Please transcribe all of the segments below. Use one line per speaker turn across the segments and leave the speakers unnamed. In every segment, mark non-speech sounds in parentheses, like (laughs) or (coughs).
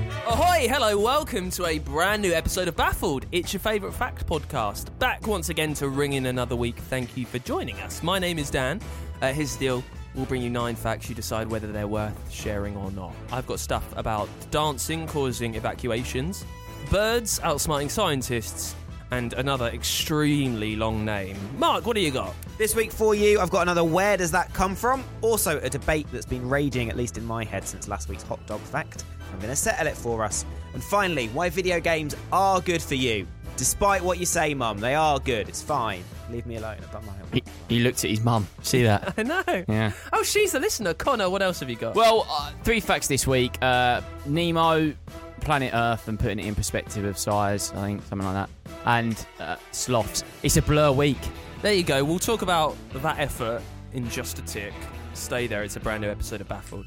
Hey, hello, welcome to a brand new episode of Baffled. It's your favourite fact podcast. Back once again to ring in another week. Thank you for joining us. My name is Dan. Uh, here's the deal we'll bring you nine facts. You decide whether they're worth sharing or not. I've got stuff about dancing causing evacuations, birds outsmarting scientists, and another extremely long name. Mark, what do you got?
This week for you, I've got another Where Does That Come From? Also, a debate that's been raging, at least in my head, since last week's hot dog fact. I'm going to settle it for us. And finally, why video games are good for you. Despite what you say, Mum, they are good. It's fine. Leave me alone. I've done my homework.
He, he looked at his mum. See
(laughs)
that?
I know.
Yeah.
Oh, she's a listener. Connor, what else have you got?
Well, uh, three facts this week. Uh, Nemo, planet Earth, and putting it in perspective of size, I think, something like that. And uh, sloths. It's a blur week.
There you go. We'll talk about that effort in just a tick. Stay there. It's a brand new episode of Baffled.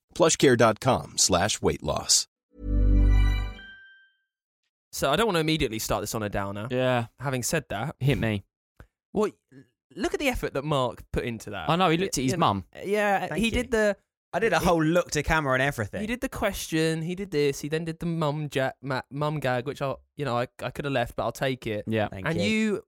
Plushcare.com slash weight loss.
So I don't want to immediately start this on a downer.
Yeah.
Having said that,
Hit me.
what? Look at the effort that Mark put into that.
I know, he looked at his
You know,
mum.
Yeah,
Thank
he
you.
did the
I did a whole look to camera and everything.
he did the question. He did this. He then did the mum ja- ma- mum gag, which I you know I, I could have left, but I'll take it.
Yeah.
Thank
and
you.
you.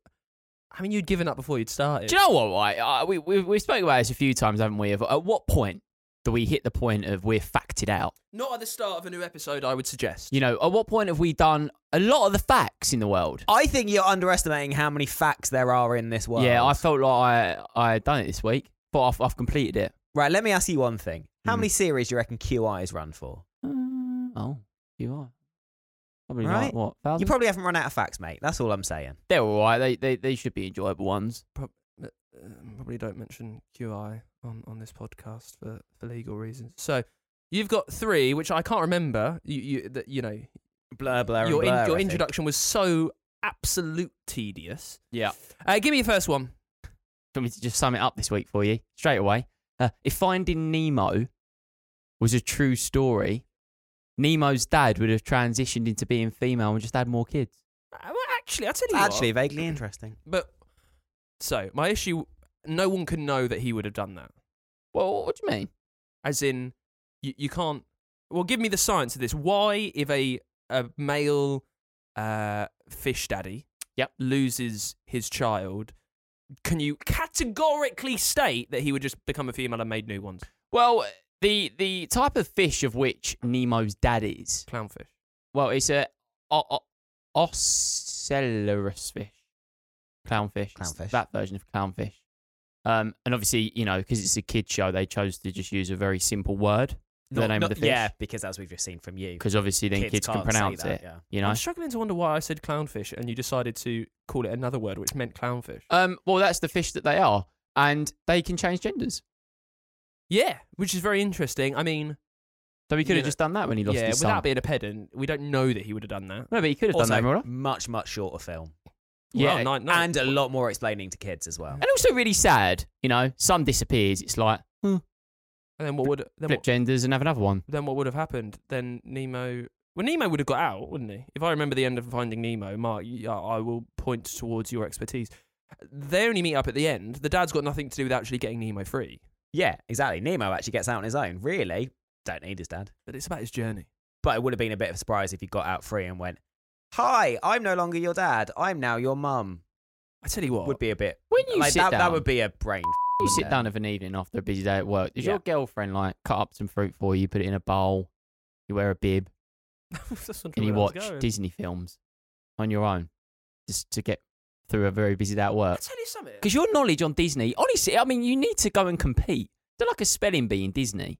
I mean, you'd given up before you'd started.
Do you know what? Right? Uh, we, we, we've spoken about this a few times, haven't we? Of at what point do we hit the point of we're facted out?
Not at the start of a new episode, I would suggest.
You know, at what point have we done a lot of the facts in the world?
I think you're underestimating how many facts there are in this world.
Yeah, I felt like I I done it this week, but I've, I've completed it.
Right, let me ask you one thing. How
Hmm.
many series do you reckon QI's run for?
Oh, you are. Probably
Right?
not. What? Thousand?
You probably haven't run out of facts, mate. That's all I'm saying.
They're all right. They, they they should be enjoyable ones.
um, probably don't mention QI on, on this podcast for, for legal reasons. So you've got three, which I can't remember. You you that you know
Blur, blur,
your
and blur,
in, your
I think.
introduction was so absolute tedious.
Yeah.
Uh, give me your first one.
Do you want me to just sum it up this week for you straight away? Uh, if Finding Nemo was a true story, Nemo's dad would have transitioned into being female and just had more kids.
Uh, well, actually, I'll tell you
Actually,
what,
vaguely interesting.
but so my issue, no one can know that he would have done that.
Well, what do you mean?
As in, you, you can't. Well, give me the science of this. Why, if a a male uh, fish daddy
Yep.
loses his child, can you categorically state that he would just become a female and made new ones?
Well, the the type of fish of which Nemo's dad is,
Clownfish.
well, it's a o- o- ocellaris fish, clownfish, It's
Clownfish.
that version of clownfish. Um, and obviously, you know, because it's a kid show, they chose to just use a very simple word for the
Not-
name
not-
of the fish.
Yeah, because as we've just seen from you.
because obviously then
Kids
kids, can
can't say
pronounce
that,
it.
yeah.
You know.
I'm struggling to wonder why I said clownfish and you decided to call it another word which meant clownfish.
Um. Well, that's the fish that they are, and they can change genders.
Yeah, which is very interesting. I mean,
So he could
You
have
know-
just done that when he lost
yeah,
his
without
son.
being a pedant, we don't know that he would have done that.
no, but he could have
also,
done that. Mora.
much, much shorter film.
Yeah,
Well, no, no.
And a lot more explaining to kids as
(laughs)
well.
and also really sad. You know, son disappears. It's like hmm,
And then what would then
flip
what,
genders and have another one.
then what would have happened? Then Nemo. Well, Nemo would have got out, wouldn't he? If I remember the end of Finding Nemo, Mark, y- uh, I I will point towards your expertise. They only meet up at the end. The dad's got nothing to do with actually getting Nemo free,
Yeah, exactly. Nemo actually gets out on his own. Really, don't need his dad.
but it's about his journey.
But it would have been a bit of a surprise if he got out free and went, "Hi, I'm no longer your dad. I'm now your mum."
I tell you what,
Would be a bit.
(laughs)
When you
like,
sit
that, that
down-
would be a brain.
you sit
there.
down of an evening after a busy day at work, does
Yeah.
your girlfriend like cut up some fruit for you, put it in a bowl, you wear a bib,
Just wondering
and you
where that
watch
was going.
Disney films on your own just to get through a very busy day at
I
work?
tell you something.
Because your knowledge on Disney, honestly, I mean, you need to go and compete. They're like a spelling bee in Disney,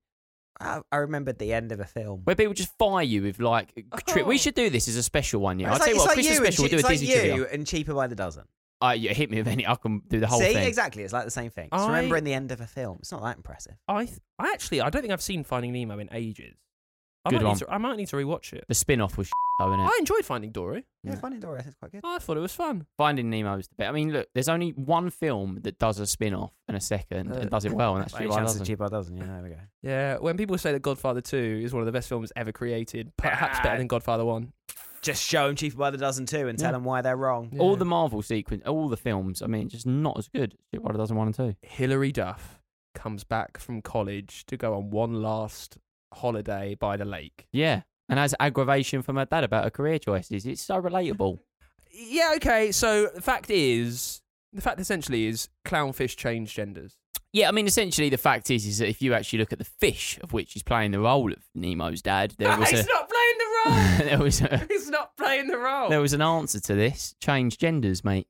I, I remembered the end of a film.
where people just fire you with like. Tri-
Oh.
we should do this as a special one, yeah.
It's
I'll
like-
tell you
it's
what,
like
Christmas
you and
special,
che-
we'll do a
it's like
Disney
you
trivia.
and cheaper by the dozen.
Uh, yeah, hit me with any. I can do the whole
See,
thing.
exactly, it's like the same thing. It's
I-
remembering the end of a film. It's not that impressive.
I, th- I actually, I don't think I've seen Finding Nemo in ages. I
Good
might
one.
Need to, I might need to rewatch it.
The spin off was (laughs) though, innit?
I enjoyed Finding Dory.
Yeah,
Yeah.
Finding Dory, I think, is quite good.
I thought it was fun.
Finding Nemo is the best. I mean, look, there's only one film that does a spin off and a second
Uh,
and does it well, and that's
By any
Cheap by the
chance it's
Dozen.
cheaper by the dozen. Yeah, there we go.
Yeah, when people say that Godfather 2 is one of the best films ever created, perhaps better than Godfather 1.
Just show them cheaper by the dozen too, and tell
Yeah.
them why they're wrong.
All the Marvel sequence, all the films, I mean, just not as good. as Cheap by the Dozen 1 and 2.
Hilary Duff comes back from college to go on one last holiday by the lake.
Yeah. And has aggravation from her dad about her career choices. It's so relatable.
Yeah, okay. So the fact is, the fact essentially is clownfish change genders.
Yeah, I mean, essentially, the fact is, is that if you actually look at the fish of which he's playing the role of Nemo's dad, (laughs)
(laughs)
there was a,
not playing the
there was a, (laughs)
He's not playing the role.
there was an answer to this. Change genders, mate.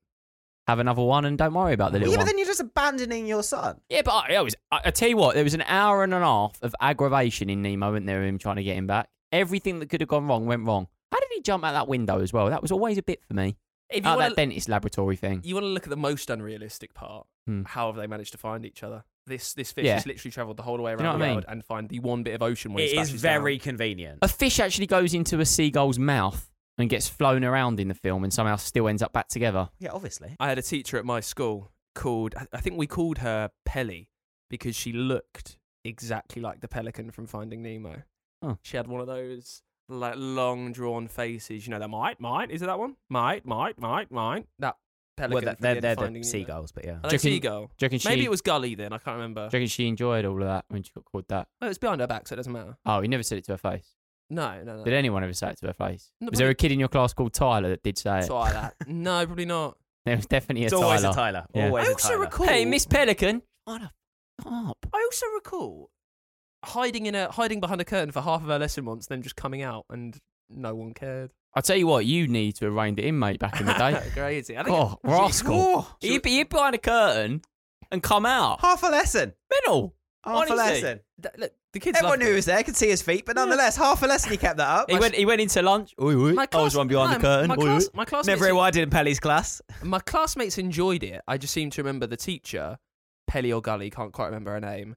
Have another one, and don't worry about the
Yeah,
little
but
one.
then you're just abandoning your son.
Yeah, but I, I was. I, I tell you what, there was an hour and a half of aggravation in Nemo, wasn't there? Him trying to get him back. Everything that could have gone wrong went wrong. How did he jump out that window as well? That was always a bit for me.
if you
Out
wanna-
Oh, that dentist laboratory thing.
you want to look at the most unrealistic part.
Hmm.
How have they managed to find each other? This this fish
Yeah.
has literally travelled the whole way
you
around
know
the
what I mean?
world and find the one bit of ocean where it splashes
convenient.
A fish actually goes into a seagull's mouth and gets flown around in the film, and somehow still ends up back together.
Yeah, obviously.
Down. I had a teacher at my school called I- I think we called her Pelly because she looked exactly like the pelican from Finding Nemo.
Oh.
She had one of those like long drawn faces, you know, that might might is it that one? Might might might might that pelican.
Well,
from
that- they're,
the
they're
end of
the
Finding Nemo.
seagulls, but yeah.
Are they
Do you reckon-
seagull?
Do you reckon she?
Maybe it was Gully then. I can't remember.
Do you reckon she enjoyed all of that when she got called that?
Oh, it's behind her back, so it doesn't matter.
Oh, he never said it to her face.
No, no, no.
Did anyone ever say it to her face?
No,
was there
probably-
a kid in your class called Tyler that did say it?
Try that. No, probably not.
(laughs) There was definitely a
It's
Tyler.
always a Tyler.
Yeah.
Always
I
a
also
Tyler.
recall.
Hey, Miss Pelican. Shut the f- up.
I also recall hiding in a hiding behind a curtain for half of her lesson once, then just coming out and no one cared.
I'll tell you what, you need to have reined it in, mate, back in
(laughs)
the day.
Crazy. I think
oh,
(laughs)
rascal. You'd be, you'd behind a curtain and
(laughs)
come out.
Half a lesson.
Mental.
Half a
Honestly.
lesson.
Th- look, the kids.
Everyone
loved
who
it.
was there could see his feet, but nonetheless, half a lesson he kept that up.
He went, he went into lunch. Oi, oi.
My
I Oh, was
class-
one behind
no,
the curtain.
My,
Oi, oi.
class, my classmates,
Never I did in Pelly's class.
my classmates enjoyed it. I just seem to remember the teacher, Pelly or Gully, can't quite remember her name,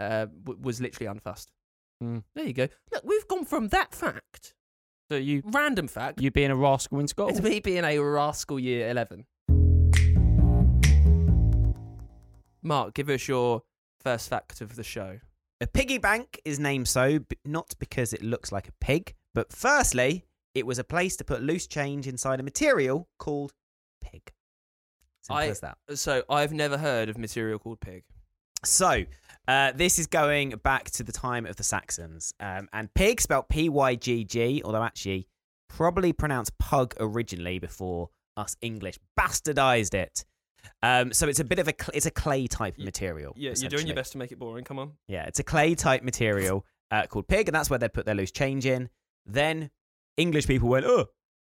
uh, w- was literally unfussed.
Hmm.
There you go. Look, we've gone from that fact,
So you,
random fact,
you being a rascal in school.
It's me (laughs) being a rascal year 11. Mark, give us your first fact of the show.
A piggy bank is named so b- not because it looks like a pig, but firstly, it was a place to put loose change inside a material called pig. Simple
I-
as that.
So, I've never heard of material called pig.
So, uh, this is going back to the time of the Saxons. Um, and pig, spelt P Y G G, although actually probably pronounced pug originally before us English bastardized it. Um, so it's a bit of a cl- it's a clay type
Y-
material. essentially.
best to make it boring. Come on.
Yeah, it's a clay type material uh, called pig, and that's where they put their loose change in. Then English people went, oh,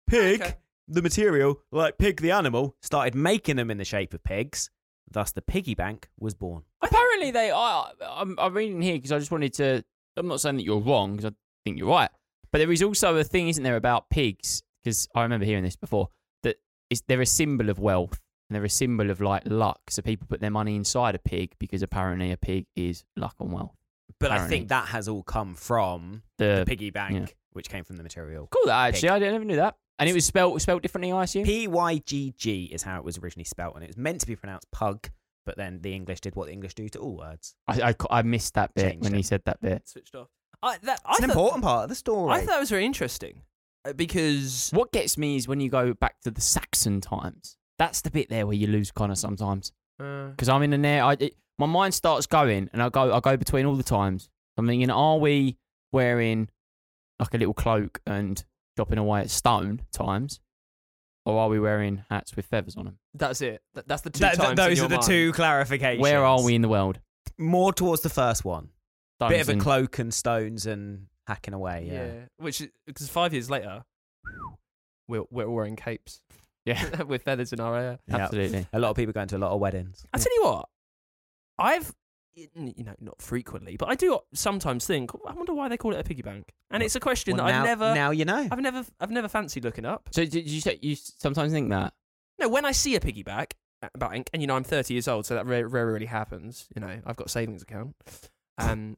pig,
Okay.
the material, like pig the animal, started making them in the shape of pigs. Thus, the piggy bank was born.
Apparently, they are. I'm, I'm reading here because I just wanted to. I'm not saying that you're wrong because I think you're right. But there is also a thing, isn't there, about pigs? Because I remember hearing this before that is they're a symbol of wealth and they're a symbol of like luck. So people put their money inside a pig because apparently a pig is luck and wealth.
But I
Apparently.
think that has all come from the
The,
piggy bank,
yeah.
which came from the material.
Cool, that actually.
Pig.
I never knew that. And it was spelled spelled differently, I assume.
P Y G G is how it was originally spelt, and it was meant to be pronounced pug, but then the English did what the English do to all words.
I, I, I missed that bit
Changed
when
it.
he said that bit.
Switched off. I, that, I
It's an
thought,
important part of the story.
I thought it was very interesting uh, because
What gets me is when you go back to the Saxon times. That's the bit there where you lose Connor sometimes.
uh,
because I'm in an air. I, it, my mind starts going, and I go, I go between all the times. I'm thinking, are we wearing like a little cloak and chopping away at stone times, or are we wearing hats with feathers on them?
That's it. Th- That's the two
That- that-
times. in
those
your
are the
mind.
two clarifications.
Where are we in the world?
More towards the first one. Bit of a
Dungeon.
cloak and stones and hacking away.
Yeah.
Yeah.
Which is because five years later, we're we're all wearing capes (laughs)
Yeah,
with feathers in our hair.
Yeah.
absolutely.
A lot of people going to a lot of weddings.
I tell you what, I've you know not frequently, but I do sometimes think. "Oh, I wonder why they call it a piggy bank, and it's a question
Well,
that
now,
I've never,
Now you know.
I've never, I've never fancied looking up.
So did you say you sometimes think that?
No, when I see a piggy bank, uh, bank, and you know I'm 30 years old, so that rare, rarely happens. You know, I've got a savings account. Um,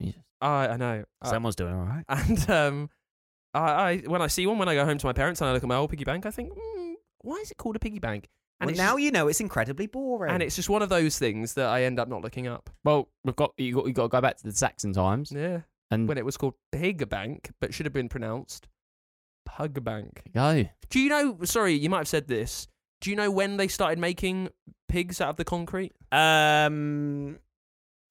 Jesus.
I, I know. I-
Someone's doing all right.
(laughs) And um, I, I when I see one, when I go home to my parents and I look at my old piggy bank, I think, mm, why is it called a piggy bank? And
Well,
it's
now
just,
you know it's incredibly boring.
and it's just one of those things that I end up not looking up.
Well, we've got you got you got to go back to the Saxon times
Yeah,
and
when it was called pig bank, but should have been pronounced pug bank.
go.
Do you know? Sorry, you might have said this. Do you know when they started making pigs out of the concrete?
um,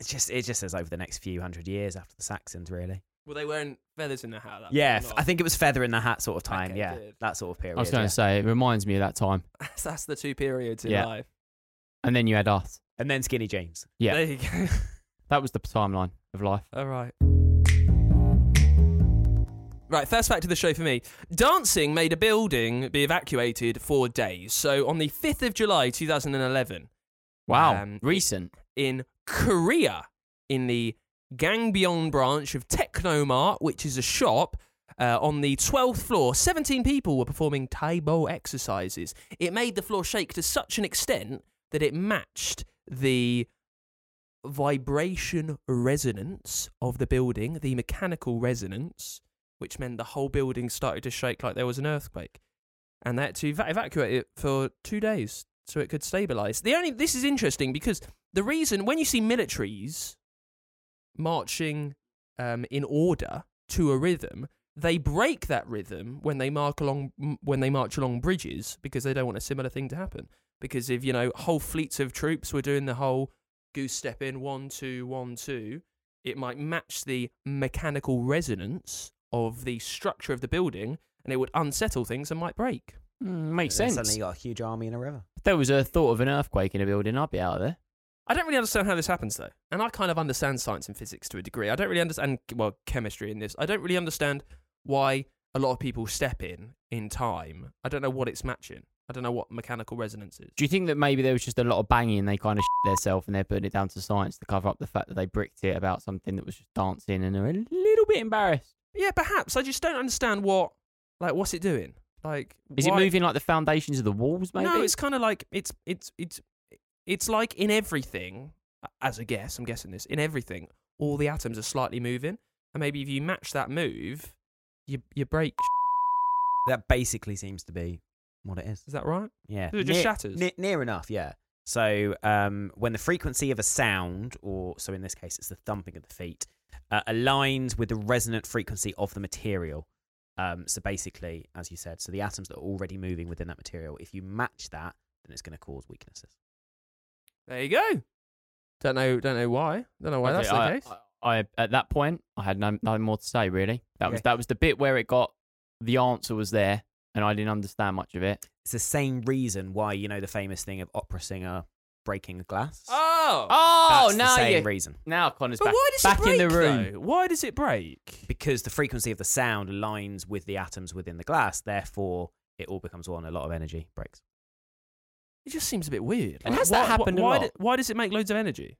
it's just it just says over the next few hundred years after the Saxons, really.
Well, they wearing feathers in their hat. That
yeah,
was
f-
not-
I think it was feather in the hat sort of time.
Okay,
yeah,
good.
that sort of period.
I was going to
yeah.
say it reminds me of that time,
(laughs) that's the two periods in
Yeah.
life.
and then you had us.
And then skinny jeans.
Yeah.
There you go. (laughs)
That was the timeline of life.
All right. Right, first fact of the show for me. Dancing made a building be evacuated for days. So on the 5th of July 2011,
Wow,
Um,
recent.
in Korea, in the Gangbyeon branch of Technomart, which is a shop, uh, on the 12th floor, 17 people were performing Taibo exercises. It made the floor shake to such an extent that it matched the vibration resonance of the building, the mechanical resonance, which meant the whole building started to shake like there was an earthquake. And they had to eva- evacuate it for two days so it could stabilize. The only this is interesting because the reason when you see militaries marching um, in order to a rhythm, they break that rhythm when they mark along m- when they march along bridges because they don't want a similar thing to happen. Because if you know whole fleets of troops were doing the whole goose step in one two one two, it might match the mechanical resonance of the structure of the building, and it would unsettle things and might break.
Mm, makes
And then
sense.
Suddenly you got a huge army in a river.
If there was a thought of an earthquake in a building, I'd be out of there.
I don't really understand how this happens though, and I kind of understand science and physics to a degree. I don't really understand well chemistry in this. I don't really understand why a lot of people step in in time. I don't know what it's matching. I don't know what mechanical resonance is.
Do you think that maybe there was just a lot of banging and they kind of shit themselves and they're putting it down to science to cover up the fact that they bricked it about something that was just dancing and they're a little bit embarrassed?
Yeah, perhaps. I just don't understand what like what's it doing. Like
Is
why-
it moving like the foundations of the walls, maybe?
No, it's kind of like it's it's it's it's like in everything. As a guess, I'm guessing this in everything. All the atoms are slightly moving, and maybe if you match that move, you you break.
That basically seems to be what it is.
Is that right?
Yeah.
So it just shatters?
ne- near enough, yeah. So um, when the frequency of a sound, or so in this case, it's the thumping of the feet, uh, aligns with the resonant frequency of the material. Um, so basically, as you said, so the atoms that are already moving within that material, if you match that, then it's going to cause weaknesses.
There you go. Don't know. Don't know why. Don't know why that's the
I,
case.
I, I- at that point, I had no, nothing more to say really. That was
Okay.
that was the bit where it got the answer was there, and I didn't understand much of it.
It's the same reason why you know the famous thing of opera singer breaking a glass.
oh,
Oh,
That's the
now
same
you
reason
now Connor's
but
back,
why does
back
it break?
in the room.
though? Why does it break?
because the frequency of the sound aligns with the atoms within the glass. Therefore, it all becomes one. A lot of energy breaks.
It just seems a bit weird.
And
Like,
has that
why- why-
happened a
why,
lot?
do- why does it make loads of energy?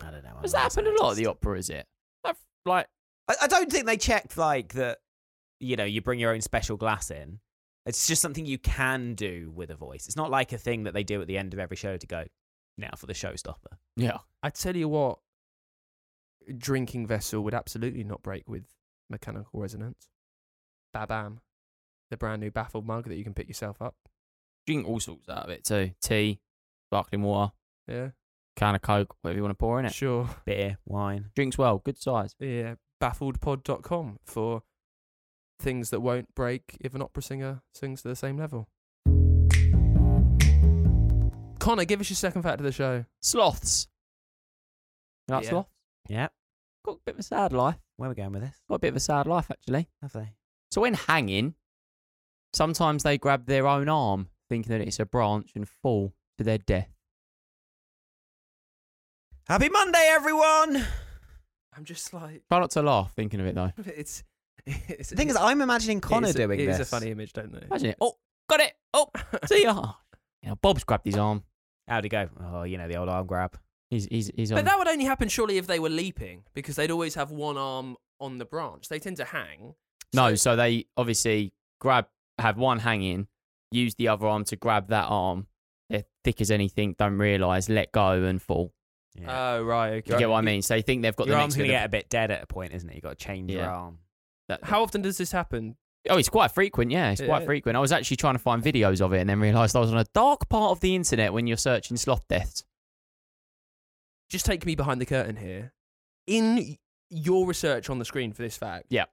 I don't know. I'm
Does
not
that happen a lot at
scientist.
the opera? Is it Like- like
I, I don't think they checked like that. You know, you bring your own special glass in. It's just something you can do with a voice. It's not like a thing that they do at the end of every show to go now for the showstopper.
yeah?
I tell you what, a drinking vessel would absolutely not break with mechanical resonance. Babam, the brand new baffled mug that you can pick yourself up.
Drink all sorts out of it too. Tea, sparkling water,
Yeah,
can of Coke, whatever you want to pour in it.
sure.
Beer, wine.
Drinks well, good size.
Yeah, baffledpod.com for things that won't break if an opera singer sings to the same level. Connor, give us your second fact of the show.
Sloths. You like
Yeah.
sloths?
Yeah.
Got a bit of a sad life.
Where are we going with this?
Got a bit of a sad life actually.
Have they?
So when hanging, Sometimes they grab their own arm, thinking that it's a branch, and fall to their death.
Happy Monday, everyone!
I'm just like (laughs)
Try not to laugh thinking of it though.
it's. it's
The thing is, I'm imagining Connor
it's a-
doing
it
this.
is a funny image, don't they?
Imagine it. Oh, (laughs) got it. Oh, see ya. You know, Bob's grabbed his arm.
How'd he go? Oh, you know, the old arm grab.
He's he's he's on.
But that would only happen surely if they were leaping, because they'd always have one arm on the branch. They tend to hang.
no, so they obviously grab have one hanging, use the other arm to grab that arm. They're thick as anything. Don't realise, let go and fall.
Oh right, okay.
Do you get what I mean? So they think they've got
your
the
arm's
next
going
bit
to
of-
get a bit dead at a point, isn't it? You've got to change your
Yeah.
arm.
that-
How often does this happen?
Oh, it's quite frequent, yeah. It's quite
Yeah.
frequent. I was actually trying to find videos of it and then realised I was on a dark part of the internet when you're searching sloth deaths.
Just take me behind the curtain here. In your research on the screen for this fact,
Yeah.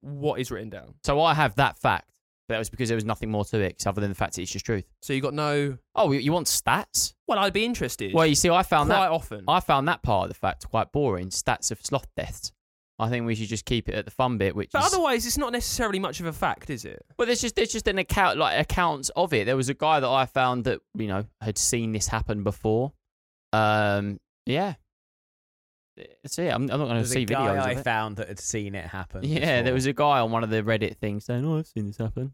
what is written down?
So I have that fact. But that was because there was nothing more to it other than the fact that it's just truth.
So you got no.
Oh, you- you want stats?
Well, I'd be interested.
Well, you see, I
quite
found that
often.
I found that part of the fact quite boring. Stats of sloth deaths. I think we should just keep it at the fun bit, which
but
is
otherwise, it's not necessarily much of a fact, is it?
Well, there's just there's just an account like accounts of it. There was a guy that I found that you know had seen this happen before. Um, yeah. That's it. I'm, I'm not going to
There's
see
a guy
videos
I
of it.
found that had seen it happen.
Yeah, there was a guy on one of the Reddit things saying, "Oh, I've seen this happen."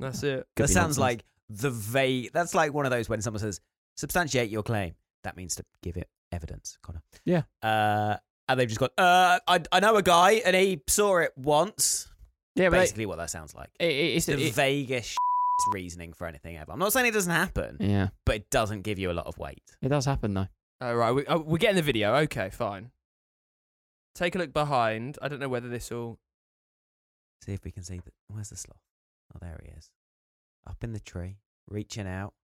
That's it.
Could
That
be
sounds
nonsense.
like the vague. That's like one of those when someone says, substantiate your claim. That means to give it evidence, Connor.
Yeah.
Uh, and they've just gone, uh, I, I know a guy and he saw it once.
yeah, but
Basically, what that sounds like.
it, it, it's
the
it,
vaguest (laughs) reasoning for anything ever. I'm not saying it doesn't happen,
yeah,
but it doesn't give you a lot of weight.
it does happen though.
Oh, right. We, oh, we're getting the video. Okay, fine. Take a look behind. I don't know whether this will.
See if we can see. The, where's the sloth? Oh, there he is. Up in the tree, reaching out. (laughs)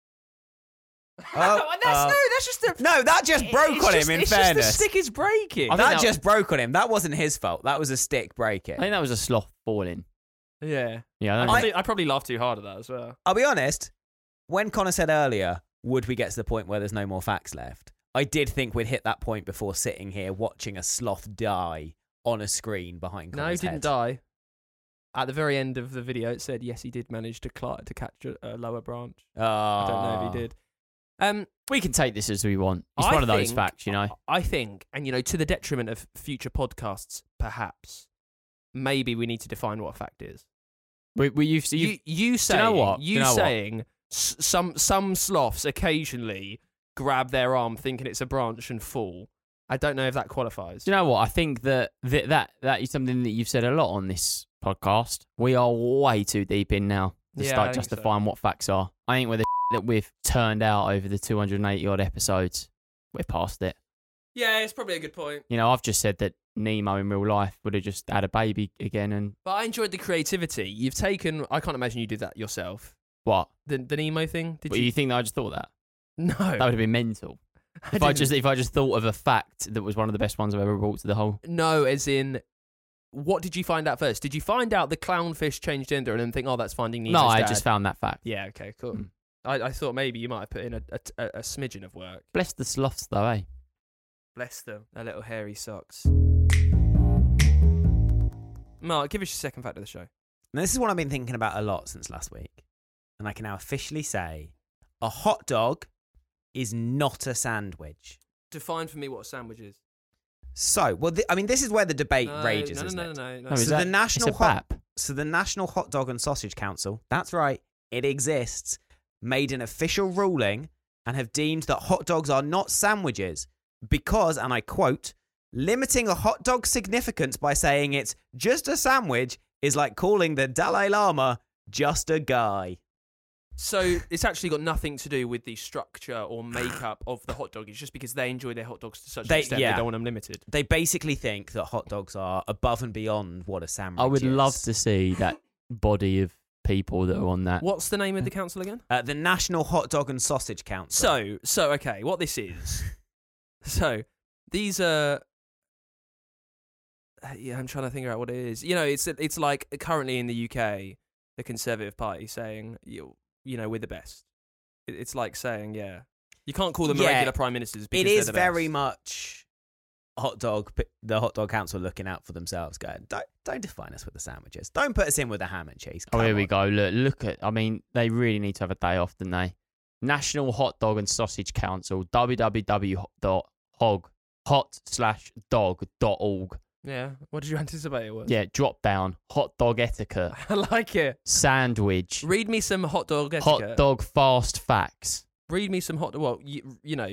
Oh,
(laughs) that's
uh,
no. That's just a.
No, that just
It-
broke
it's
on
just-
him, in
it's
fairness.
Just the stick is breaking.
I think
that
that-
just broke on him. That wasn't his fault. That was a stick breaking.
I think that was a sloth falling.
yeah.
Yeah, I
I
don't
probably, I, probably laughed too hard at that as well.
I'll be honest. When Connor said earlier, would we get to the point where there's no more facts left? I did think we'd hit that point before sitting here watching a sloth die on a screen behind
No, he
Connor's
didn't
head.
die. At the very end of the video, it said yes, he did manage to cl- to catch a, a lower branch.
Oh.
I don't know if he did. Um,
we can take this as we want. Ah. It's
I
one of those
think-
facts, you know.
I think, and you know, to the detriment of future podcasts, perhaps, maybe we need to define what a fact is.
We, we you've, you've
you, you
you
saying,
know what? Do
you
you know what?
saying s- some some sloths occasionally grab their arm thinking it's a branch and fall. I don't know if that qualifies.
Do you know what? I think that that that, that is something that you've said a lot on this podcast. We are way too deep in now to
Yeah, I
start
think so.
justifying what facts are. I think with the (laughs) that we've turned out over the 280 odd episodes, we're past it.
yeah, it's probably a good point.
You know, I've just said that Nemo in real life would have just had a baby again and
But I enjoyed the creativity. You've taken. I can't imagine you did that yourself.
what?
The the Nemo thing. Did
But you think that I just thought that?
(laughs) No.
That would have been mental.
I
If I,
didn't.
just if I just thought of a fact that was one of the best ones I've ever brought to the whole.
No, as in, what did you find out first? Did you find out the clownfish changed gender and then think, oh, that's Finding Nemo's
No, I
dad?
just found that fact.
Yeah. Okay. Cool.
Mm.
I, I thought maybe you might have put in a, a, a, a smidgen of work.
Bless the sloths though, eh?
Bless them, their little hairy socks. Mark, give us your second fact of the show.
Now, this is one I've been thinking about a lot since last week. And I can now officially say a hot dog is not a sandwich.
Define for me what a sandwich is.
So, well, th- I mean, this is where the debate
No,
rages,
no, no,
isn't
no,
it?
no, no,
So
No, Oh, is
the
that- it's
national
a
hot-
bap.
So, the National Hot Dog and Sausage Council, that's right, it exists, made an official ruling and have deemed that hot dogs are not sandwiches because, and I quote, limiting a hot dog's significance by saying it's just a sandwich is like calling the Dalai Lama just a guy.
So it's actually got nothing to do with the structure or makeup of the hot dog. It's just because they enjoy their hot dogs to such an
They-
extent
yeah.
they don't want them limited.
they basically think that hot dogs are above and beyond what a sandwich
I would
is.
love to see that body of people that are on that.
What's the name of the council again?
Uh, the National Hot Dog and Sausage Council.
So, so okay, what this
(laughs)
is. so, these are. uh, Yeah, I'm trying to figure out what it is. You know, it's it's like currently in the UK, the Conservative Party saying you you know we're the best. It- It's like saying yeah, you can't call them
Yeah,
regular prime ministers. Because
it
they're
is
the
very
best.
much hot dog, p- the hot dog council looking out for themselves, going, don't, don't define us with the sandwiches. Don't put us in with the ham and cheese.
Oh,
Come
here we
on."
go. Look, look at. I mean, they really need to have a day off, don't they? National Hot Dog and Sausage Council. www.hog hot slash dog dot org.
Yeah. What did you (laughs) anticipate it was?
Yeah, drop down. Hot dog etiquette.
I like it.
Sandwich.
Read me some hot dog etiquette.
Hot dog fast facts.
Read me some hot. Well, you, you know,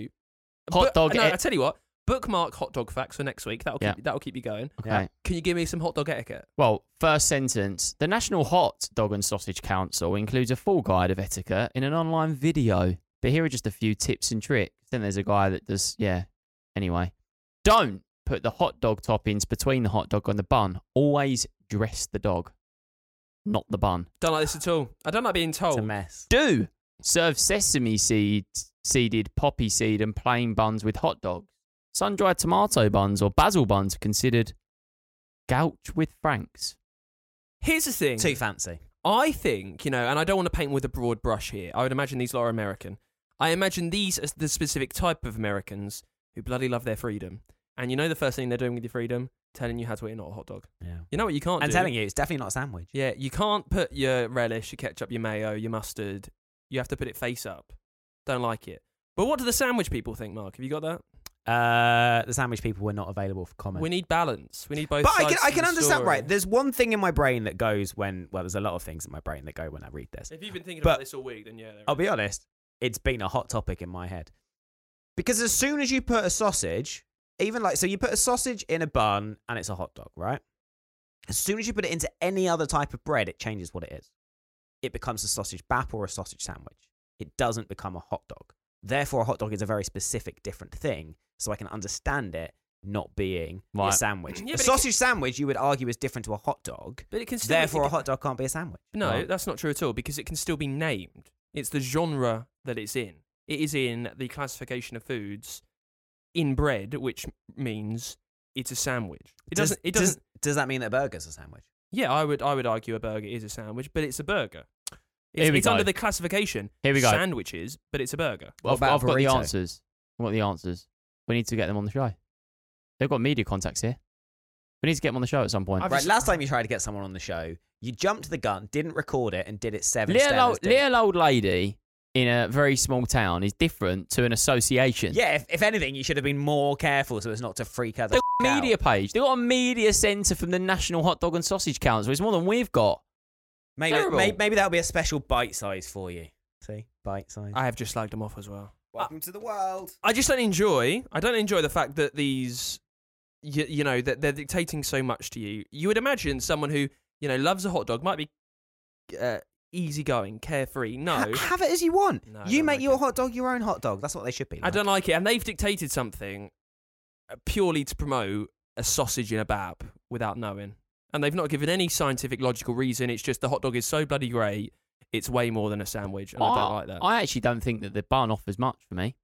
Hot
book-
dog
No,
et-
I tell you what. Bookmark hot dog facts for next week. That'll keep,
Yeah.
that'll keep you going.
Okay.
Yeah.
Can you give me some hot dog etiquette?
Well, first sentence. The National Hot Dog and Sausage Council includes a full guide of etiquette in an online video. But here are just a few tips and tricks. Then there's a guy that does, yeah. Anyway, don't put the hot dog toppings between the hot dog and the bun. Always dress the dog, not the bun.
Don't like this at all. I don't like being
It's a
Oh,
told.
mess.
Do serve sesame seeds, seeded poppy seed, and plain buns with hot dogs. Sun dried tomato buns or basil buns are considered gouch with Franks.
Here's the thing.
Too fancy.
I think, you know, and I don't want to paint with a broad brush here. I would imagine these lot are American. I imagine these are the specific type of Americans who bloody love their freedom. And you know the first thing they're doing with your freedom? Telling you how to eat not a hot dog.
Yeah.
You know what you can't
I'm
do?
telling you, it's definitely not a sandwich.
Yeah, you can't put your relish, your ketchup, your mayo, your mustard. You have to put it face up. Don't like it. But what do the sandwich people think, Mark? Have you got that?
Uh, the sandwich people were not available for comment.
We need balance. We need both.
but I can,
sides
I
to
can
the
understand,
story.
right? There's one thing in my brain that goes when, well, there's a lot of things in my brain that go when I read this.
If you've been thinking
But-
about this all week, then yeah. there
I'll
is.
be honest, it's been a hot topic in my head. Because as soon as you put a sausage, even like, so you put a sausage in a bun and it's a hot dog, right? As soon as you put it into any other type of bread, it changes what it is. It becomes a sausage bap or a sausage sandwich. It doesn't become a hot dog. Therefore, a hot dog is a very specific, different thing. So I can understand it not being a
Right.
sandwich.
Yeah, but
a
it
sausage sandwich, you would argue, is different to a hot dog.
But it can still
Therefore,
it
a hot dog can't be a sandwich.
No,
Right?
that's not true at all because it can still be named. It's the genre that it's in. It is in the classification of foods in bread, which m- means it's a sandwich. It
Does-
doesn't. It
does-
doesn't.
does that mean that a burger's a sandwich?
yeah, I would. I would argue a burger is a sandwich, but it's a burger. It's,
Here we
it's under
go.
the classification.
Here we go.
Sandwiches, but it's a burger.
What
I've,
about
I've got the
burrito?
answers. I've got the answers. We need to get them on the show. They've got media contacts here. We need to get them on the show at some point.
I've
right,
just-
last time you tried to get someone on the show, you jumped the gun, didn't record it, and did it seven
Little
Stella
old,
did.
little old lady in a very small town is different to an association.
Yeah, if, if anything, you should have been more careful so as not to freak her the
They've
f-
got a media
out.
page. They've got a media centre from the National Hot Dog and Sausage Council. It's more than we've got.
Maybe,
Terrible.
may- maybe that'll be a special bite size for you. See, bite size.
I have just slagged them off as well.
Welcome to the world.
Ah. I just don't enjoy. I don't enjoy the fact that these, you, you know, that they're dictating so much to you. You would imagine someone who you know loves a hot dog might be uh, easygoing, carefree. No, (laughs)
Ha- have it as you want.
No, I
you
don't
make
like
your
it.
hot dog your own hot dog. That's what they should be.
I
like.
don't like it, and they've dictated something uh, purely to promote a sausage in a bab without knowing, and they've not given any scientific logical reason. It's just the hot dog is so bloody great. It's way more than a sandwich, and I, don't like that.
Ah. I actually don't think that the bun offers much for me.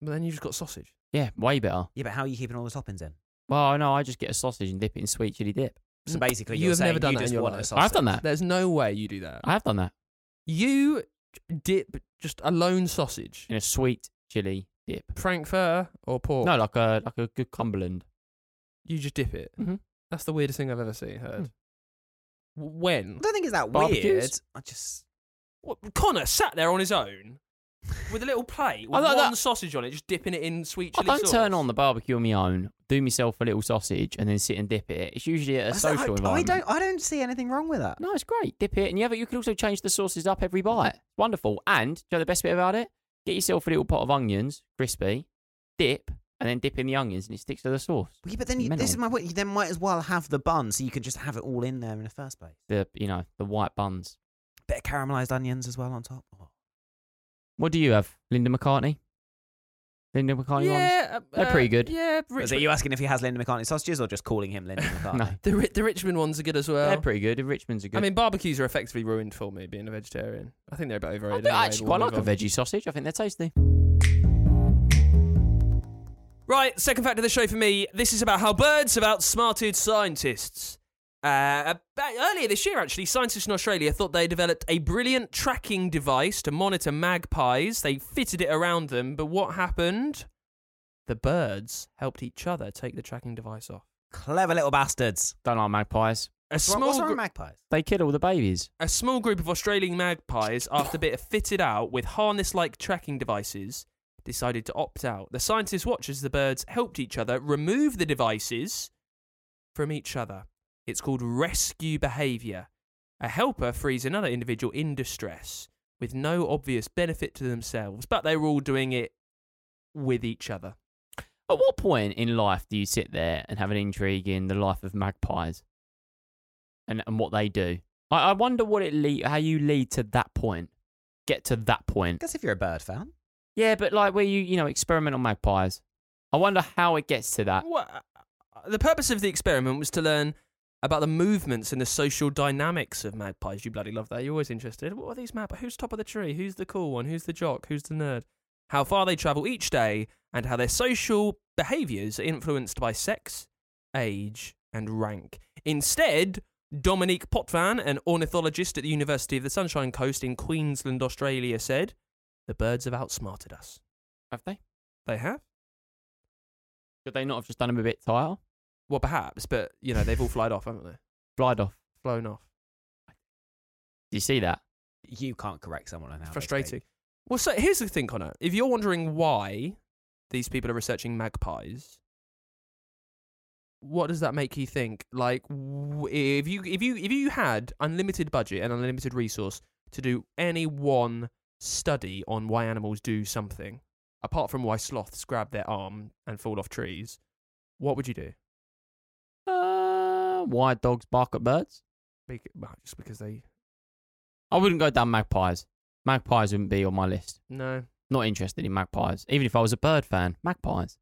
but then you just got sausage.
Yeah, way better.
Yeah, but how are you keeping all the toppings in?
Well, no, I just get a sausage and dip it in sweet chili dip.
So basically,
Mm, You
you're
have never
saying
done
you
that in
just
your
want a
life.
sausage.
I've done that.
There's no way you do that.
I have done that
You dip just a lone sausage,
in a sweet chili dip.
Frankfurter or pork.
No, like a like a good Cumberland.
you just dip it.
Mhm.
That's the weirdest thing I've ever seen.
Hmm.
Heard. W- When
I don't think it's that
Barbecues?
weird. I just.
What, Connor sat there on his own with a little plate with
(laughs) I like
one
that.
sausage on it, just dipping it in sweet
I
chili
don't
sauce.
turn on the barbecue on my own. Do myself a little sausage and then sit and dip it. It's usually at a
I-
social
I, I
environment.
don't. I don't see anything wrong with that.
No, it's great. Dip it, and you have it. You can also change the sauces up every bite. Wonderful. And do you know the best bit about it? Get yourself a little pot of onions, crispy, dip, and then dip in the onions, and it sticks to the sauce.
Yeah, but then you,
Mental.
this is my point. You then might as well have the bun, so you can just have it all in there in the first place.
the you know the white buns.
Bit of caramelized onions as well on top. Oh.
What do you have, Linda McCartney? Linda McCartney ones.
Yeah, uh,
They're pretty good.
Yeah, Rich-
Is it you asking if he has Linda McCartney sausages or just calling him
(laughs)
Linda McCartney?
No.
The, Ri- the Richmond ones are good as well.
They're pretty good. The Richmond's are good.
I mean, barbecues are effectively ruined for me being a vegetarian. I think they're a bit
I,
overrated.
do- I
anyway,
actually
but we'll
quite like a
move on.
veggie sausage. I think they're tasty.
Right, second fact of the show for me. This is about how birds have outsmarted scientists. Uh, about earlier this year, actually, scientists in Australia thought they developed a brilliant tracking device to monitor magpies. They fitted it around them, but what happened? the birds helped each other take the tracking device off.
Clever little bastards.
Don't like magpies.
A
What's wrong-
small,
What's wrong
gr-
with magpies?
They kill all the babies.
a small group of Australian magpies, after being fitted out with harness like tracking devices, decided to opt out. The scientists watched as the birds helped each other remove the devices from each other. It's called rescue behaviour. A helper frees another individual in distress with no obvious benefit to themselves, but they were all doing it with each other.
At what point in life do you sit there and have an intrigue in the life of magpies and, and what they do? I, I wonder what it lead, how you lead to that point, get to that
I
point.
guess if you're a bird fan.
Yeah, but like where you you know experiment on magpies. I wonder how it gets to that.
Well, uh, the purpose of the experiment was to learn about the movements and the social dynamics of magpies. You bloody love that. You're always interested. What are these magpies? Who's top of the tree? Who's the cool one? Who's the jock? Who's the nerd? How far they travel each day and how their social behaviours are influenced by sex, age, and rank. Instead, Dominique Potvin, an ornithologist at the University of the Sunshine Coast in Queensland, Australia, said, The birds have outsmarted us.
Have they?
They have?
Could they not have just done them a bit tighter?
Well, perhaps, but, you know, they've all flied off, haven't they?
Glide off.
flown off.
Do you see that?
You can't correct someone on how they
Frustrating.
speak.
Well, so here's the thing, Connor. If you're wondering why these people are researching magpies, what does that make you think? Like, w- if you if you if you had unlimited budget and unlimited resource to do any one study on why animals do something, apart from why sloths grab their arm and fall off trees, what would you do?
Uh, why dogs bark at birds?
Bec- well, Just because they
I wouldn't go down magpies. Magpies wouldn't be on my list.
no.
Not interested in magpies. Even if I was a bird fan, magpies.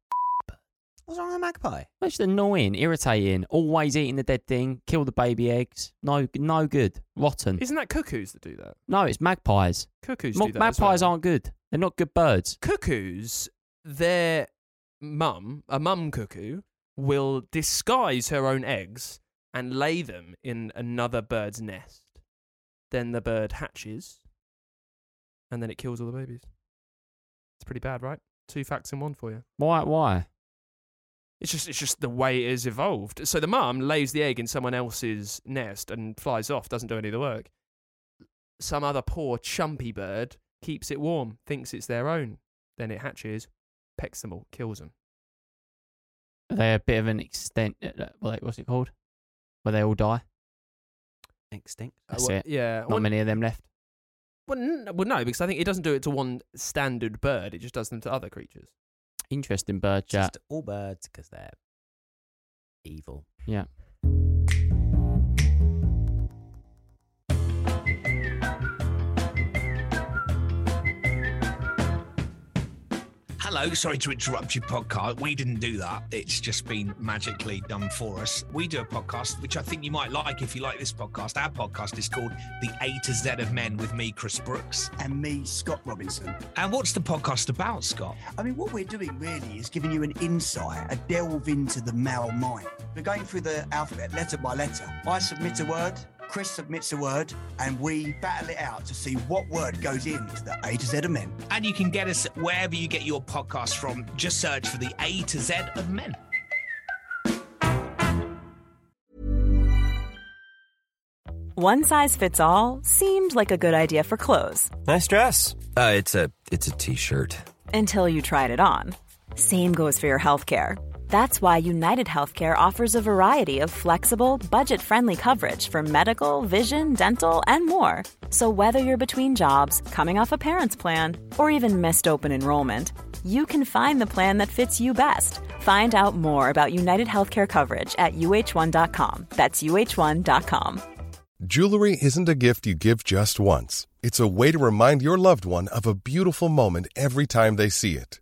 What's wrong with a magpie?
They're just annoying, irritating, always eating the dead thing, kill the baby eggs. No, no good. Rotten.
Isn't that cuckoos that do that?
no, it's magpies.
Cuckoos
Ma-
do that. as
magpies
well.
aren't good. They're not good birds.
cuckoos, their mum, a mum cuckoo, will disguise her own eggs and lay them in another bird's nest. Then the bird hatches, and then it kills all the babies. It's pretty bad, right? Two facts in one for you.
Why? Why?
It's just, it's just the way it is evolved. So the mum lays the egg in someone else's nest and flies off, doesn't do any of the work. Some other poor chumpy bird keeps it warm, thinks it's their own. Then it hatches, pecks them all, kills them.
Are they a bit of an extent? uh, Well, what's it called? Where they all die.
Extinct.
Uh,
Oh,
That's
well,
it.
Yeah.
Not
Well,
many of them left.
well, n- well, no, because I think it doesn't do it to one standard bird. It just does them to other creatures.
Interesting bird chat.
Just all birds because they're evil.
Yeah.
Hello, sorry to interrupt your podcast. We didn't do that. It's just been magically done for us. We do a podcast, which I think you might like if you like this podcast. Our podcast is called The A to Z of Men with me, Chris Brooks.
and me, Scott Robinson.
And what's the podcast about, Scott?
I mean, what we're doing really is giving you an insight, a delve into the male mind. We're going through the alphabet letter by letter. I submit a word, Chris submits a word, and we battle it out to see what word goes into the A to Z of men.
And you can get us wherever you get your podcast from. Just search for The A to Z of Men.
One size fits all seemed like a good idea for clothes
Nice dress. Uh, it's a it's a t-shirt.
until you tried it on. Same goes for your healthcare. That's why United Healthcare offers a variety of flexible, budget friendly coverage for medical, vision, dental, and more. So, whether you're between jobs, coming off a parent's plan, or even missed open enrollment, you can find the plan that fits you best. Find out more about United Healthcare coverage at uh1.com. That's uh1.com.
Jewelry isn't a gift you give just once. It's a way to remind your loved one of a beautiful moment every time they see it.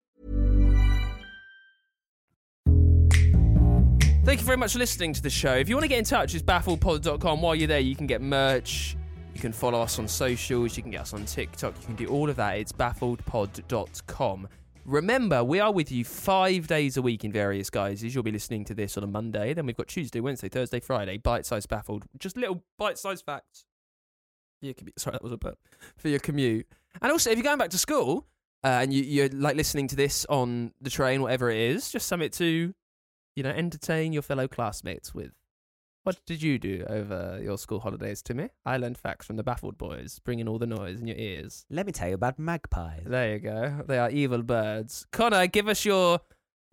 Thank you very much for listening to the show. If you want to get in touch, it's baffledpod.com. While you're there, you can get merch, you can follow us on socials, you can get us on TikTok, you can do all of that. It's baffledpod.com. Remember, we are with you five days a week in various guises. You'll be listening to this on a Monday. Then we've got Tuesday, Wednesday, Thursday, Friday, bite sized baffled, just little bite sized facts. For your commute. Sorry, that was a burp. For your commute. And also, if you're going back to school uh, and you, you're like listening to this on the train, whatever it is, just something to you know, entertain your fellow classmates with. What did you do over your school holidays, Timmy? I learned facts from the Baffled Boys, bringing all the noise in your ears.
Let me tell you about magpies.
There you go. They are evil birds. Connor, give us your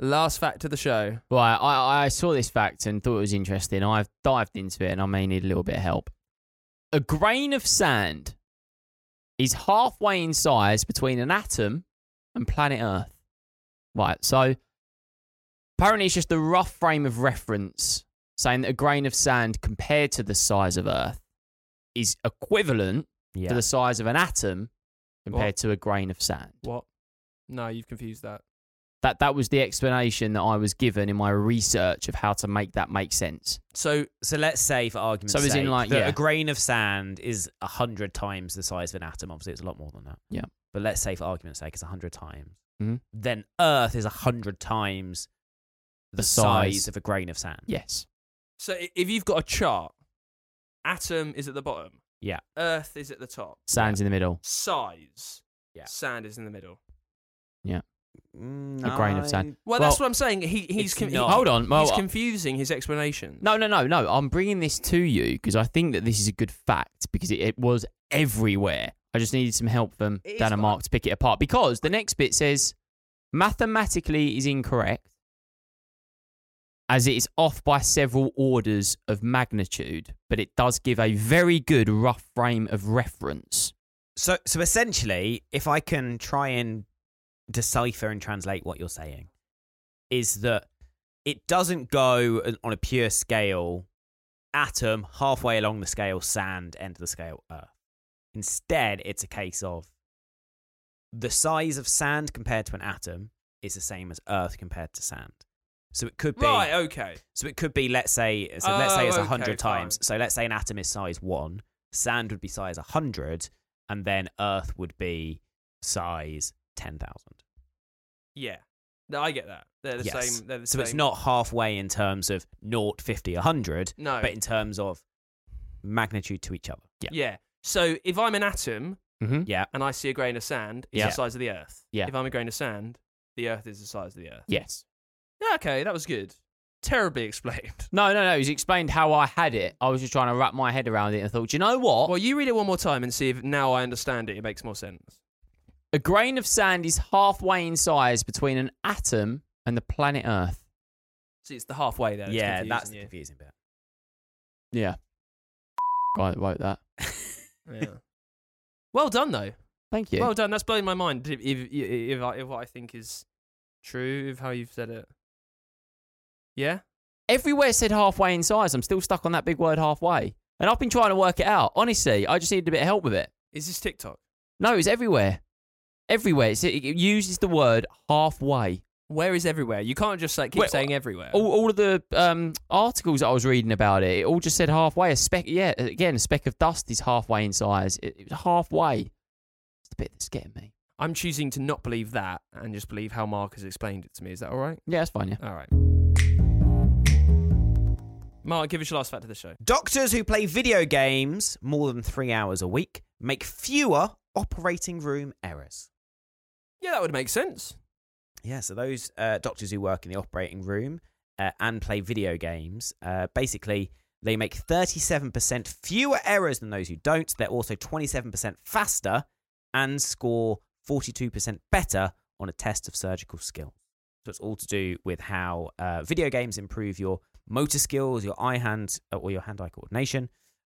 last fact of the show.
Well, I- I, I saw this fact and thought it was interesting. I've dived into it and I may need a little bit of help. A grain of sand is halfway in size between an atom and planet Earth. Right, so apparently it's just a rough frame of reference saying that a grain of sand compared to the size of Earth is equivalent
Yeah.
to the size of an atom compared
What?
to a grain of sand.
What? No, you've confused that.
That that was the explanation that I was given in my research of how to make that make sense.
So,
so let's say for argument's
So as in,
sake
like,
that
yeah.
a grain of sand is a hundred times the size of an atom. Obviously, it's a lot more than that.
Yeah.
But let's say for argument's sake, it's a hundred times.
Mhm.
Then Earth is a hundred times the,
The
size.
size.
of a grain of sand.
Yes.
So i- if you've got a chart, atom is at the bottom,
Yeah.
Earth is at the top,
Sand's in the middle.
size,
Yeah.
sand is in the middle.
Mm,
A grain of sand.
Well, that's what I'm saying. He, he's
it's
con- he-
not.
Hold on, well,
he's
I-
confusing his explanation.
No, no, no, no. I'm bringing this to you because I think that this is a good fact because it, it was everywhere. I just needed some help from
It is
Dan
fine.
and Mark to pick it apart because the next bit says mathematically is incorrect as it is off by several orders of magnitude, but it does give a very good rough frame of reference.
So, so essentially, if I can try and decipher and translate what you're saying, is that it doesn't go an- on a pure scale, atom halfway along the scale, sand end of the scale, earth. Instead, it's a case of the size of sand compared to an atom is the same as earth compared to sand. So it could be
Right, okay.
so it could be, let's say, so let's
Oh,
say it's a
okay,
100 times.
fine.
So let's say an atom is size 1, sand would be size 100, and then Earth would be size 10,000.
Yeah. No, I get that. They're the
Yes.
same. They're the
so
same.
it's not halfway in terms of 0, 50, 100,
No.
but in terms of magnitude to each other.
Yeah.
Yeah. So if I'm an atom
Mm-hmm.
Yeah.
and I see a grain of sand, it's
Yeah.
the size of the Earth.
Yeah.
If I'm a grain of sand, the Earth is the size of the Earth.
Yes.
Yeah, okay, that was good. Terribly (laughs) explained.
No, no, no. He's explained how I had it. I was just trying to wrap my head around it and thought, "Do you know
Oh.
what?
Well, you read it one more time and see if now I understand it. It makes more sense.
A grain of sand is halfway in size between an atom and the planet Earth.
See, it's the halfway there.
yeah,
confusing
that's the
you.
confusing bit.
Yeah. (laughs) I wrote that.
Yeah. well done, though.
Thank you.
Well done. That's blown my mind. If if, if, I, if what I think is true, of how you've said it. Yeah.
Everywhere said halfway in size. I'm still stuck on that big word halfway. And I've been trying to work it out. Honestly, I just needed a bit of help with it.
Is this TikTok?
No, it's everywhere. Everywhere. It's, it uses the word halfway.
Where is everywhere? You can't just like keep
Wait,
saying everywhere.
oh,
All, all of the um, articles I was reading about it, it all just said halfway. A speck, yeah, again, a speck of dust is halfway in size. It, it was halfway. It's the bit that's getting me.
I'm choosing to not believe that and just believe how Mark has explained it to me. Is that all right?
Yeah, that's fine. Yeah.
All right. Mark, give us your last fact of the show.
Doctors who play video games more than three hours a week make fewer operating room errors.
Yeah, that would make sense.
Yeah, so those uh, doctors who work in the operating room uh, and play video games, uh, basically, they make 37% fewer errors than those who don't. They're also 27% faster and score 42% better on a test of surgical skill. So it's all to do with uh, how uh, video games improve your motor skills, your eye hand or your hand eye coordination,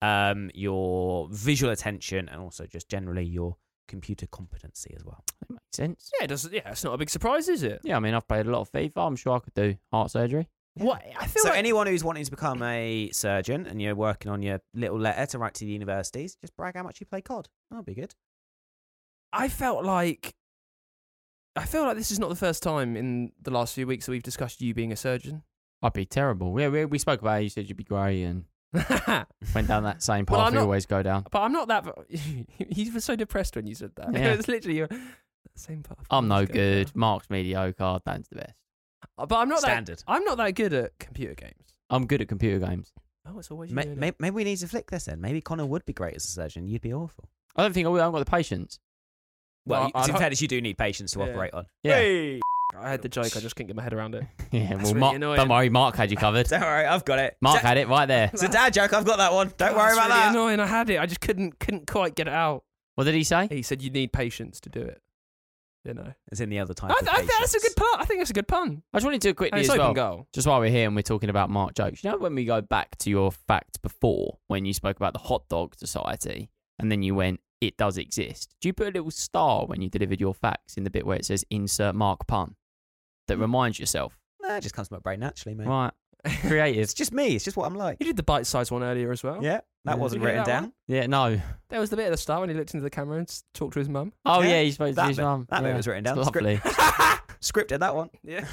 um, your visual attention, and also just generally your computer competency as well.
That makes sense.
Yeah, it doesn't. Yeah, it's not a big surprise, is it?
Yeah, I mean, I've played a lot of FIFA. I'm sure I could do heart surgery.
What I feel
So
like
anyone who's wanting to become a surgeon and you're working on your little letter to write to the universities, just brag how much you play COD. That'll be good.
I felt like I feel like this is not the first time in the last few weeks that we've discussed you being a surgeon.
I'd be terrible. Yeah, we, we spoke about it. You said you'd be grey and
but
went
(laughs)
down that same path
Well, I'm
we
not-
always go down.
I'm not that. he was so depressed when (laughs) you said that. (laughs)
Yeah.
It was literally your same path.
I'm no
Let's go
good.
down.
Mark's mediocre. Dan's the best.
But I'm not
Standard.
That, I'm not that good at computer games.
I'm good at computer games.
Oh, it's always you.
Ma-
doing it.
may- maybe we need to flick this then. Maybe Connor would be great as a surgeon. You'd be awful.
I don't think I will. I haven't got the patience. (laughs)
Well,
I-
in
I-
fairness, you do need patience to
Yeah.
operate on.
Yeah.
Hey! I had the joke. I just couldn't get my head around it.
Yeah, well,
really
Mark,
annoying.
don't worry. Mark had
(laughs)
you covered.
Don't worry, I've got it.
Mark
It's a-
had it right there.
It's a dad joke. I've got that one. Don't worry
It's
about
really
that.
Annoying. I had it. I just couldn't couldn't quite get it out.
What did he
(laughs)
say?
He said you need patience to do it. You know.
It's in the other time.
I, I, think that's a good pun. I think that's a good pun.
I just wanted to
And
quickly
it's
as
open
well.
goal.
Just while we're here and we're talking about Mark jokes, you know when we go back to your fact before when you spoke about the hot dog society and then you went it does exist. Do you put a little star when you delivered your facts in the bit where it says insert Mark pun that reminds yourself?
Nah, it just comes from my brain naturally, mate.
Right.
It's
Creative.
just me. It's just what I'm like.
You did the bite-sized one earlier as well.
Yeah, that
Yeah.
wasn't
Did Oh. you
written
get that
down.
one?
yeah, no.
There was the bit at the start when he looked into the camera and s- talked to his mum.
Oh
Yeah,
yeah, you spoke
that
to his
bit-
mum.
that bit
Yeah.
was written
It's
down. Script-
Lovely.
Scripted that one.
(laughs) Yeah.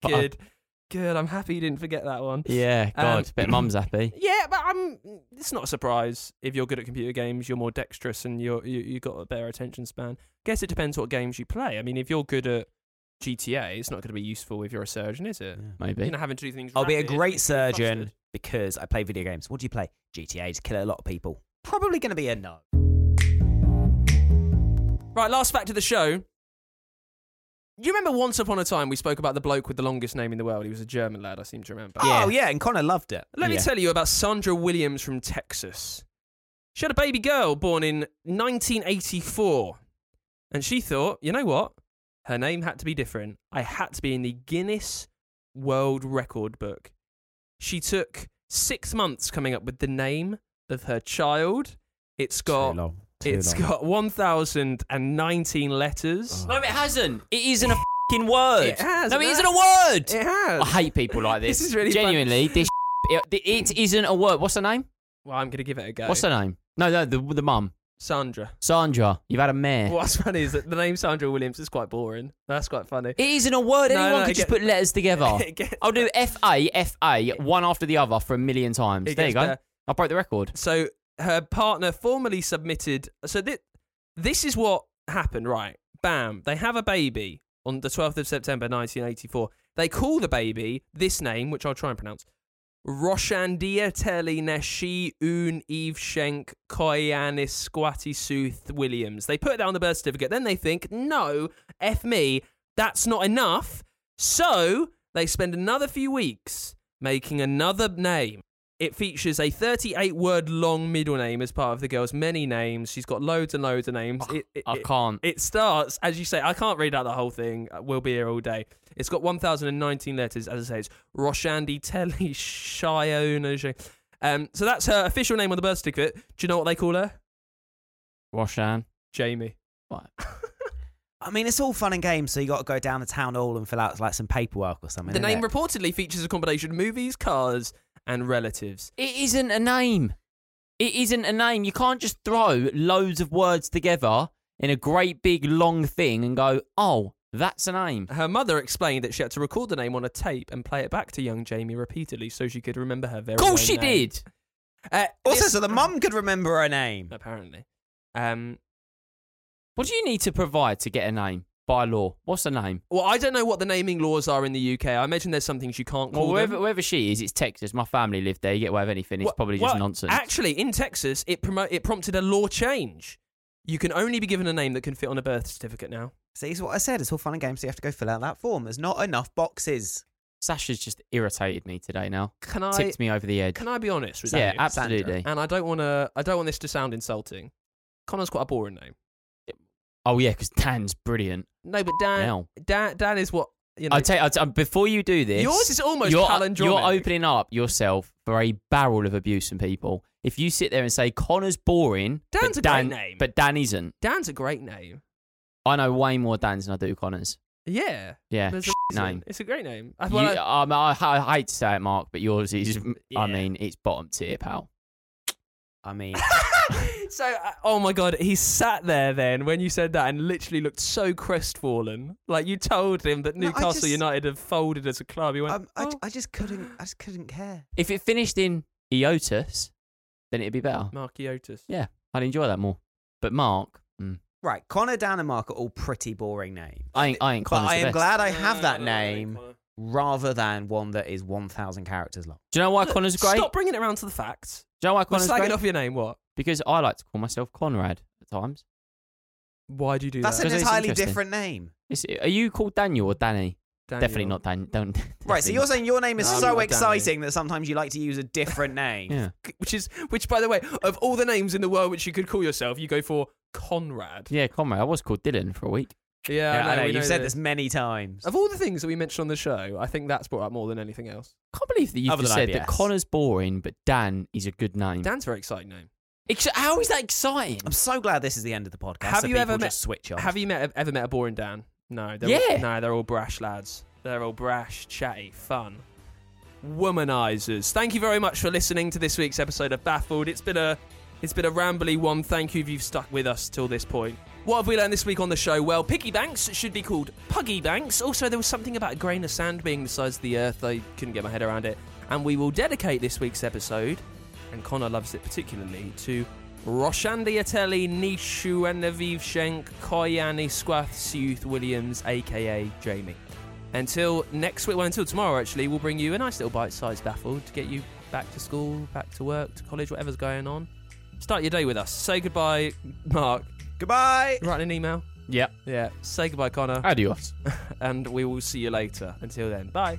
But I-
Good. uh, Good. I'm happy you didn't forget that one.
yeah,
Um,
God. bet mum's happy.
Yeah, but I'm. It's not a surprise if you're good at computer games, you're more dexterous, and you're you, you've got a better attention span. Guess it depends what games you play. I mean, if you're good at GTA, it's not going to be useful if you're a surgeon, is it?
Maybe.
You know, having to do things.
I'll be a
rapid,
great
it's gonna be
surgeon
flustered.
because I play video games. What do you play? GTA to kill a lot of people. Probably going to be a no.
Right, last fact of the show. You remember once upon a time we spoke about the bloke with the longest name in the world? He was a German lad, I seem to remember.
Oh yeah, and Connor loved it.
Let
Yeah.
me tell you about Sandra Williams from Texas. She had a baby girl born in 1984. And she thought, you know what? Her name had to be different. I had to be in the Guinness World Record book. She took six months coming up with the name of her child. It's got.
long.
It's got 1,019 letters.
No, it hasn't. It isn't a fucking word.
It has,
No, it
it
isn't a
has.
word.
Oh. It has.
I hate people like this.
This is really fun.
genuinely this. (laughs) It, it isn't a word. What's her name?
Well, I'm going to give it a go.
What's her name? No, no, the the mum,
Sandra.
Sandra. You've had a mare.
What's funny is that the name Sandra Williams is quite boring. That's quite funny.
It isn't a word.
No,
Anyone
no,
could
it
just
get-
put letters together.
(laughs) it gets-
I'll do F A F A one after the other for a million times.
It
there you
gets
go.
better.
I broke the record.
So her partner formally submitted. So thi- this is what happened, right? Bam. They have a baby on the 12th of September 1984. They call the baby this name, which I'll try and pronounce Roshandia Teli Neshi Un Eve Shenk Koyanis Squatty Sooth Williams. They put it down on the birth certificate. Then they think, no, F me, that's not enough. So they spend another few weeks making another name. It features a 38 word long middle name as part of the girl's many names. She's got loads and loads of names. It- it-
Ah, I
it-
can't.
it starts, as you say, I can't read out the whole thing. Uh, We'll be here all day. It's got 1,019 letters, as I say. It's Roshandi Telly (laughs) Shiona. Um, so that's her official name on the birth certificate. Do you know what they call her?
Roshan.
Jamie.
What?
I mean, it's all fun and games. So you got to go down to town hall and fill out like some paperwork or something.
the
innit?
name reportedly features a combination of movies, cars, and relatives.
It isn't a name. It isn't a name. You can't just throw loads of words together in a great big long thing and go, oh, that's a name.
Her mother explained that she had to record the name on a tape and play it back to young Jamie repeatedly so she could remember her very
Of course
own
she
name.
did.
Uh,
Also,
this-
so the mum could remember her name.
(coughs) Apparently. Um,
What do you need to provide to get a name by law? What's a name?
well, I don't know what the naming laws are in the UK. I imagine there's some things you can't call
Well, wherever,
them.
wherever she is, it's Texas. My family lived there. You get away with anything. It's
Well-
probably just
well,
nonsense.
Actually, in Texas, it promo- it prompted a law change. You can only be given a name that can fit on a birth certificate now.
See, it's what I said. It's all fun and games. So you have to go fill out that form. There's not enough boxes.
Sasha's just irritated me today now.
Can I?
Tipped me over the edge.
Can I be honest with
yeah,
you?
absolutely.
And I don't want to. I don't want this to sound insulting. Connor's quite a boring name.
Oh, yeah, because Dan's brilliant.
No, but Dan,
Hell.
Dan, Dan is what You know,
I'll tell you, I'll t- um, before you do this,
Yours is almost
you're, uh,
palindromic.
You're opening up yourself for a barrel of abuse from people. If you sit there and say Connor's boring,
Dan's
but
a great
Dan,
name.
but Dan isn't.
Dan's a great name.
I know way more Dan's than I do Connors.
Yeah.
Yeah,
There's a
shit
reason.
name.
It's a great name. I-
You,
well, I-
um, I, I hate to say it, Mark, but yours is.
Yeah.
I mean, it's bottom tier, pal. I mean,
(laughs) So, uh, oh my god, he sat there then when you said that and literally looked so crestfallen. Like you told him that
No, I
Newcastle
just-
United have folded as a club. He went, "Oh."
Um, I, I just couldn't. I just couldn't care.
if it finished in E Eotus, then it'd be better.
Mark Iotis.
Yeah, I'd enjoy that more. But Mark, mm,
Right, Connor, Dan, and Mark are all pretty boring names.
I ain't. I ain't.
but
Connors
I
the
am
best.
glad I have that
No, no, no, no,
name
Connor.
rather than one that is one thousand characters long.
Do you know why
Look,
Connor's great?
Stop bringing it around to the facts.
Do you know why
We're
Connor's
slagging
great?
off your name. What?
Because I like to call myself Conrad at times.
Why do you do
That's
that?
an
Because it's
entirely
interesting.
different name.
Is it- are you called Daniel or Danny?
Daniel.
Definitely not Dan. Don't. (laughs)
Right, so
definitely
you're
not-
saying your name is
No, I'm
so
not
exciting that sometimes you like to use a different name.
Yeah.
Which is, which by the way, of all the names in the world which you could call yourself, you go for Conrad.
Yeah, Conrad. I was called Dylan for a week.
Yeah,
Yeah, I know,
we
you've said
that.
this many times.
Of all the things that we mentioned on the show, I think that's brought up more than anything else.
Can't believe that you
Other
just
than
said that
IBS.
Connor's boring, but Dan is a good
Hmm.
name.
Dan's a very exciting name.
Ex- how is that exciting?
I'm so glad this is the end of the podcast.
Have
so
you ever
people
met-
just switch off?
Have you met ever met a boring Dan? No. They're
Yeah.
All, no, they're all brash lads. They're all brash, chatty, fun. Womanizers. Thank you very much for listening to this week's episode of Baffled. It's been a it's been a rambly one. Thank you if you've stuck with us till this point. What have we learned this week on the show? Well, piggy banks should be called puggy banks. Also, there was something about a grain of sand being the size of the earth. I couldn't get my head around it. And we will dedicate this week's episode, and Connor loves it particularly, to Roshandiatelli Nishu Genevieve Shenk Koyani Squaths Youth Williams, aka Jamie. Until next week, well, until tomorrow, actually, we'll bring you a nice little bite sized baffle to get you back to school, back to work, to college, whatever's going on. Start your day with us. Say goodbye, Mark.
Goodbye.
Write an email.
Yep.
Yeah. Say goodbye, Connor.
Adios.
And we will see you later. Until then, bye.